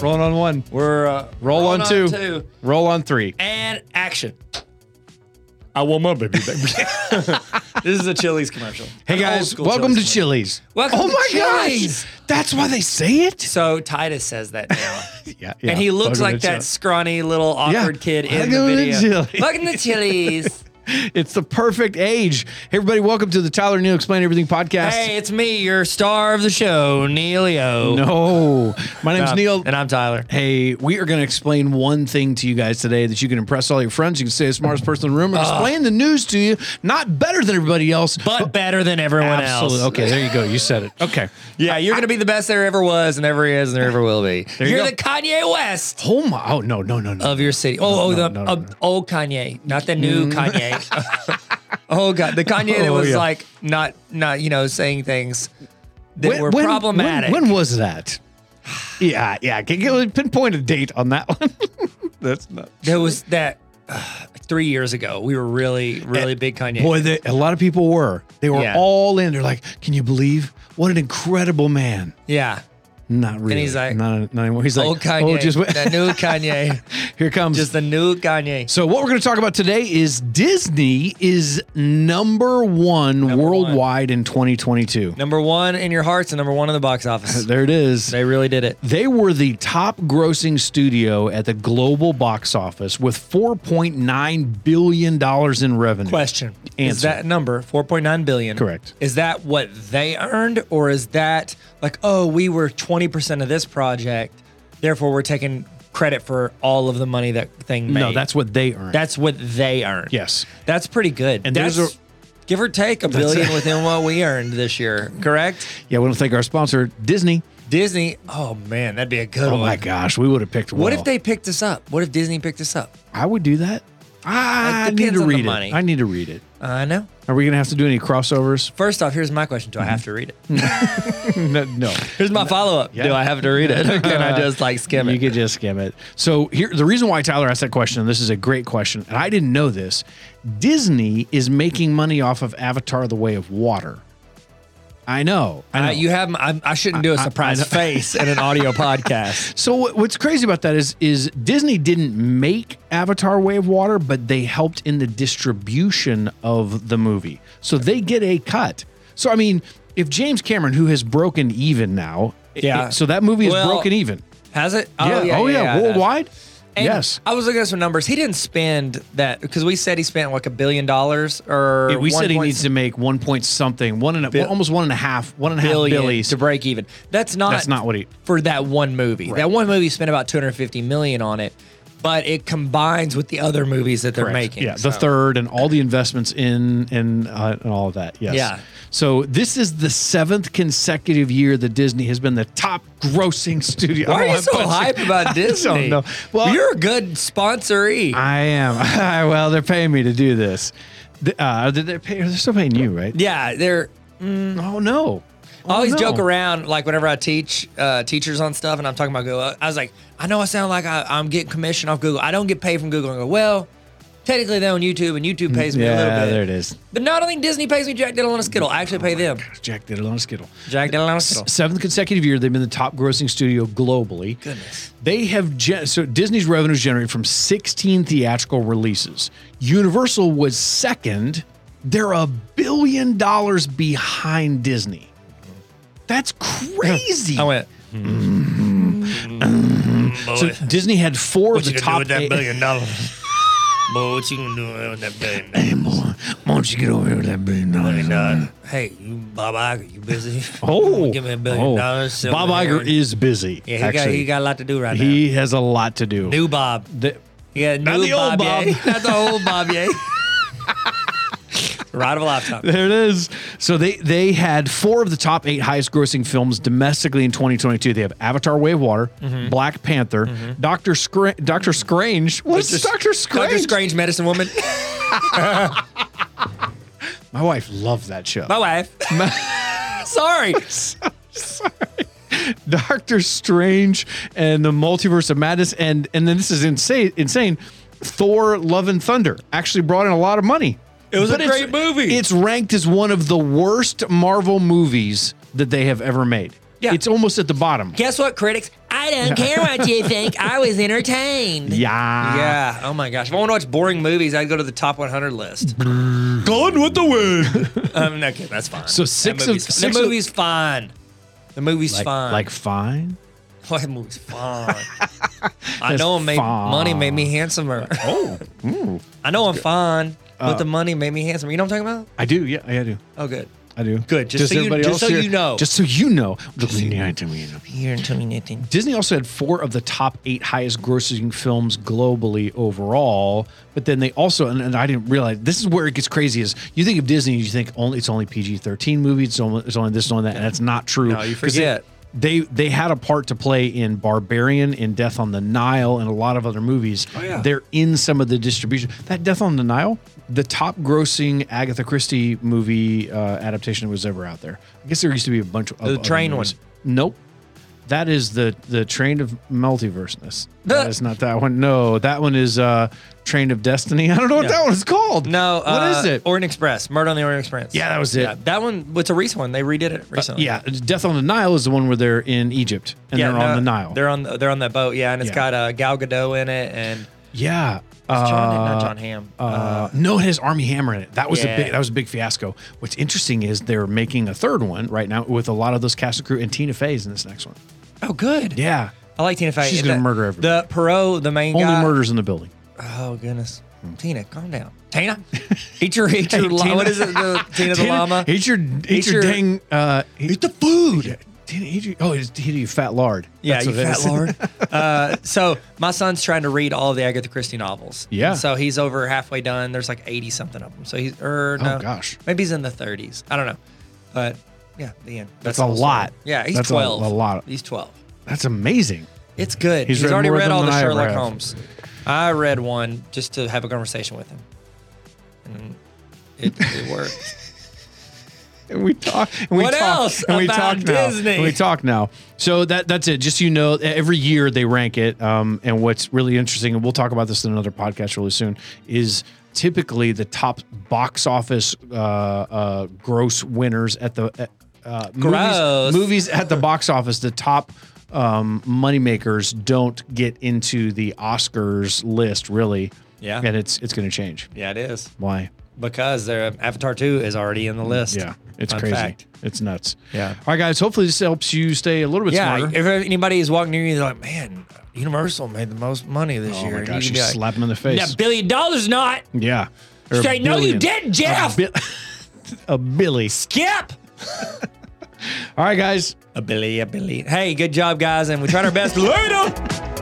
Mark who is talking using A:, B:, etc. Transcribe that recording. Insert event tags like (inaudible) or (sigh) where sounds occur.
A: Rolling on one.
B: We're uh,
A: Roll
B: rolling
A: on two.
B: Roll on three.
A: And action.
B: I want my baby back.
A: This is a Chili's commercial.
B: (laughs) hey
A: An old
B: guys,
A: school
B: welcome to
A: Chili's commercial.
B: Chili's.
A: Welcome
B: oh
A: to
B: my
A: Chili's.
B: gosh, that's why they say it.
A: So Titus says that
B: (laughs)
A: now.
B: Yeah,
A: and he looks like that scrawny little awkward kid in the
B: Welcome to
A: video.
B: Chili's.
A: Welcome
B: (laughs)
A: to Chili's.
B: It's the perfect age. Hey everybody, welcome to the Tyler Neal Explain Everything podcast.
A: hey, it's me, your star of the show, Neilio.
B: No, my name's Neil.
A: And I'm Tyler.
B: Hey, we are going to explain one thing to you guys today that you can impress all your friends. You can say the smartest person in the room and explain the news to you, not better than everybody else,
A: But better than everyone
B: absolutely.
A: else.
B: Okay, there you go. You said it. Okay.
A: (laughs) Yeah, you're going to be the best there ever was and ever is and there ever will be.
B: you
A: you are
B: go.
A: the Kanye West
B: Oh my! Oh no! No! No! No!
A: of your city. Oh, oh
B: No,
A: the
B: no, no,
A: uh,
B: no.
A: old Kanye, not the new Kanye.
B: (laughs)
A: (laughs) oh god, the Kanye that
B: Mm-hmm. Oh,
A: was
B: yeah.
A: like not not, you know, saying things that were problematic.
B: When, was that? (sighs) Yeah, yeah. Can you pinpoint a date on that one? (laughs) That's not.
A: There was that uh, three years ago. We were really, really big Kanye.
B: Boy, they, a lot of people were. They were
A: Yeah.
B: all in. They're like, "Can you believe what an incredible man?"
A: yeah.
B: Not really.
A: he's like,
B: not, not anymore. He's like,
A: old Kanye.
B: "Oh, just wait."
A: the new Kanye.
B: (laughs) here comes."
A: Just the new Kanye.
B: so, what we're going to talk about today is Disney is number one worldwide in 2022.
A: Number one in your hearts and number one in the box
B: (laughs)
A: office.
B: There it is.
A: They really did it.
B: They were the top grossing studio at the global box office with $4.9 billion in revenue.
A: Question. Is
B: Answer.
A: that number, 4.9 billion?
B: Correct.
A: Is that what they earned? Or is that like, oh, we were 20% of this project, therefore we're taking credit for all of the money that thing made?
B: No, that's what they earned.
A: that's what they earned.
B: yes.
A: That's pretty good.
B: And
A: that's,
B: there's a-
A: give or take a billion within what we earned this year, correct?
B: Yeah, we want to thank our sponsor, Disney.
A: Disney. Oh man, that'd be a good
B: Oh
A: one.
B: my gosh, we would have picked
A: What
B: well.
A: if they picked us up? What if Disney picked us up?
B: I would do that. I
A: It
B: need
A: depends
B: to
A: on the
B: read
A: money.
B: it. I need to read it.
A: I know.
B: Are we going to have to do any
A: (laughs)
B: crossovers?
A: First off, here's my question: Do I have to read it?
B: no. Mm-hmm. no.
A: Here's my follow up: Do
B: Yeah.
A: I have to
B: (laughs)
A: read it? Or Can I just like skim
B: You
A: it?
B: could just skim it. So here, the reason why Tyler asked that question, and this is a great question, and I didn't know this. Disney is making money off of Avatar: The Way of Water. I know. I know.
A: Uh, you have. I, I shouldn't do a surprise (laughs) face in an (laughs) audio podcast.
B: so what- what's crazy about that is is Disney didn't make Avatar: Way of Water, but they helped in the distribution of the movie, so they get a cut. So I mean, if James Cameron, who has broken even now,
A: Yeah.
B: so that movie is
A: Well,
B: broken even.
A: Has it?
B: Yeah. oh yeah,
A: it has.
B: worldwide.
A: And
B: yes.
A: I was looking at some numbers. He didn't spend that because we said he spent like a billion dollars or
B: Yeah, we said he
A: 1.7
B: needs to make one point something, one and a, well, almost one and a half, one and a half
A: billion
B: billies.
A: to break even. That's not
B: That's not what he-
A: for that one movie. That one movie spent about 250 million on it, but it combines with the other movies that they're making.
B: Yeah,
A: so-
B: the third and all the investments in and uh, and all of that. Yes.
A: Yeah.
B: So this is the seventh consecutive year that Disney has been the top grossing studio.
A: Why
B: Oh, (laughs)
A: are you
B: I'm
A: so
B: punching-
A: hype about Disney?
B: know. Well-
A: you're a good sponsoree.
B: I am. (laughs) well, they're paying me to do this. The- Uh, they're, pay, they're still paying you, right?
A: yeah, they're.
B: Oh no. Oh,
A: I always
B: no.
A: joke around, like whenever I teach uh, teachers on stuff, and I'm talking about Google. I was like, I know I sound like I, I'm getting commission off Google. I don't get paid from Google. I go, well, technically they own YouTube, and YouTube pays me a little
B: Yeah,
A: bit.
B: there it is.
A: But not only Disney pays me Jack Diddle and a Skittle, I actually pay them.
B: Jack did it on a skittle.
A: Jack Diddle and a
B: S-
A: Skittle.
B: Seventh consecutive year, they've been the top grossing studio globally.
A: Goodness.
B: They have gen- so Disney's revenues generated from 16 theatrical releases. Universal was second. They're a billion dollars behind Disney. That's crazy.
A: I went.
C: Mm-hmm.
A: Oh,
B: so Disney had four of the top. eight-
A: (laughs)
C: dollars? Boy, what you gonna do with that billion dollars?
B: Hey, boy, why don't you get over here with that billion dollars?
A: Hey, you Bob Iger, you busy?
B: Oh,
A: (laughs) give me a billion
B: oh.
A: dollars. sit
B: Bob
A: over here
B: Iger
A: and-
B: is busy.
A: Yeah, he got
B: actually.
A: he got a lot to do right
B: He has a lot to do.
A: now. New Bob.
B: The-
A: Yeah, new
B: the old
A: Bob. Yay.
B: Bob.
A: Not the old
B: (laughs)
A: Bob. Yay. Ride of a lifetime.
B: There it is. So they they had four of the top eight highest grossing films domestically in 2022. They have Avatar: Way of Water,
A: Mm-hmm.
B: Black Panther, Doctor Scra- Doctor Strange. What's Doctor Strange?
A: Doctor Strange, medicine woman.
B: My wife loved that show. (laughs)
A: My wife. (laughs) Sorry.
B: Doctor Strange and the Multiverse of Madness, and and then this is insane. Insane. Thor: Love and Thunder actually brought in a lot of money.
A: It was a
B: But it's-
A: great movie.
B: It's ranked as one of the worst Marvel movies that they have ever made.
A: Yeah.
B: It's almost at the bottom.
A: Guess what, critics? I don't care what you think. I was entertained.
B: Yeah.
A: Yeah. Oh my gosh. If I want to watch boring movies, I'd go to the top
B: (laughs)
A: 100 list.
B: Gone with the wind.
A: um, no, okay, that's fine.
B: So
A: That
B: six of-
A: movie's,
B: six
A: the
B: of-
A: movie's fine. The movie's
B: Like,
A: fine.
B: like fine.
A: Boy, that
B: (laughs)
A: movie's fine. I
B: That's
A: know it made
B: fine.
A: money made me handsomer. Oh,
B: mm.
A: I know I'm fine,
B: Uh,
A: but the money made me handsomer. You know what I'm talking about?
B: I do. Yeah, I do.
A: Oh, good.
B: I do.
A: Good, just so you- just so you know.
B: Just so you know. Disney
A: You're telling me nothing.
B: also had four of the top eight highest grossing films globally overall, but then they also and, and I didn't realize this is where it gets crazy. Is you think of Disney, you think only it's only PG thirteen movies, it's only it's only this, only that, and that's not true.
A: No, you
B: 'Cause they-
A: forget.
B: They, they had a part to play in Barbarian, in Death on the Nile, and a lot of other movies.
A: Oh, yeah.
B: They're in some of the distribution. That Death on the Nile, the top grossing Agatha Christie movie uh, adaptation that was ever out there. I guess there used to be a bunch of
A: The
B: other
A: train
B: movies.
A: one.
B: Nope. That is the the train of multiverseness. That is not that one. No, that one is uh train of destiny. (laughs) I don't know what that one is called.
A: No.
B: what is
A: uh,
B: it?
A: Orient Express. Murder on the Orient Express.
B: Yeah, that was it. Uh,
A: that one. It's a recent one. They redid it recently.
B: yeah, Death on the Nile is the one where they're in Egypt and they're
A: no,
B: on the Nile.
A: They're on the, they're on that boat. Yeah, and it's
B: Yeah.
A: got uh, Gal Gadot in it and
B: yeah.
A: John,
B: Uh,
A: not John Hamm.
B: uh, no, it has Army Hammer in it. That was a
A: Yeah.
B: big that was a big fiasco. What's interesting is they're making a third one right now with a lot of those cast and crew and Tina Fey's in this next one.
A: oh, good.
B: Yeah,
A: I like Tina Fey.
B: She's
A: And
B: gonna
A: the-
B: murder everybody.
A: The Perot, the main
B: only
A: guy.
B: murders in the building.
A: Oh goodness, Tina, calm down. Tina, (laughs) eat your eat your
B: Hmm. Hey,
A: llama.
B: Tina.
A: What is
B: (laughs)
A: it? The, Tina, the llama.
B: Eat your eat,
A: Eat
B: your,
A: your-
B: dang uh, eat, the food. Tina, eat your, oh, it's Tina, you fat lard.
A: yeah,
B: That's
A: you
B: what it
A: fat
B: is.
A: lord. uh, so my son's trying to read all the Agatha Christie novels.
B: Yeah.
A: And so he's over halfway done. There's like eighty something of them. So he's or no,
B: Oh, gosh.
A: maybe he's in the thirties. I don't know, but yeah, the end.
B: That's
A: the
B: a
A: whole story.
B: lot.
A: Yeah, he's
B: That's a-
A: twelve.
B: a lot.
A: He's twelve.
B: (laughs) That's amazing.
A: It's good.
B: He's
A: He's,
B: read
A: already
B: more of
A: read
B: them
A: all
B: than
A: the
B: I ever
A: Sherlock
B: have.
A: Holmes. I read one just to have a conversation with him, and it,
B: (laughs)
A: it worked.
B: And we talk. And we
A: What
B: talk,
A: else
B: And we
A: about
B: talk now.
A: Disney?
B: And we talk now. So that that's it. Just so you know, every year they rank it. Um, and what's really interesting, and we'll talk about this in another podcast really soon, is typically the top box office uh, uh, gross winners at the uh, uh,
A: Gross.
B: movies, movies at the box office. The top um, moneymakers don't get into the Oscars list really.
A: Yeah.
B: and it's it's going to change.
A: yeah, it is.
B: Why?
A: because their Avatar 2 is already in the list.
B: Yeah, it's
A: Fun
B: crazy.
A: fact.
B: It's nuts.
A: Yeah.
B: All right, guys. Hopefully this helps you stay a little bit
A: Yeah,
B: smarter.
A: if anybody is walking near you, they're like, "Man, Universal made the most money this
B: oh
A: year."
B: my
A: And
B: gosh,
A: can
B: you
A: be like,
B: slap him in the
A: "That
B: face.
A: billion dollars, not
B: yeah. Or a
A: straight. No, you
B: billion.
A: didn't, Jeff.
B: Bi- (laughs) a Billy.
A: Skip
B: All right, guys.
A: a billy, a billy. Hey, good job, guys, and we tried our best. (laughs) Later.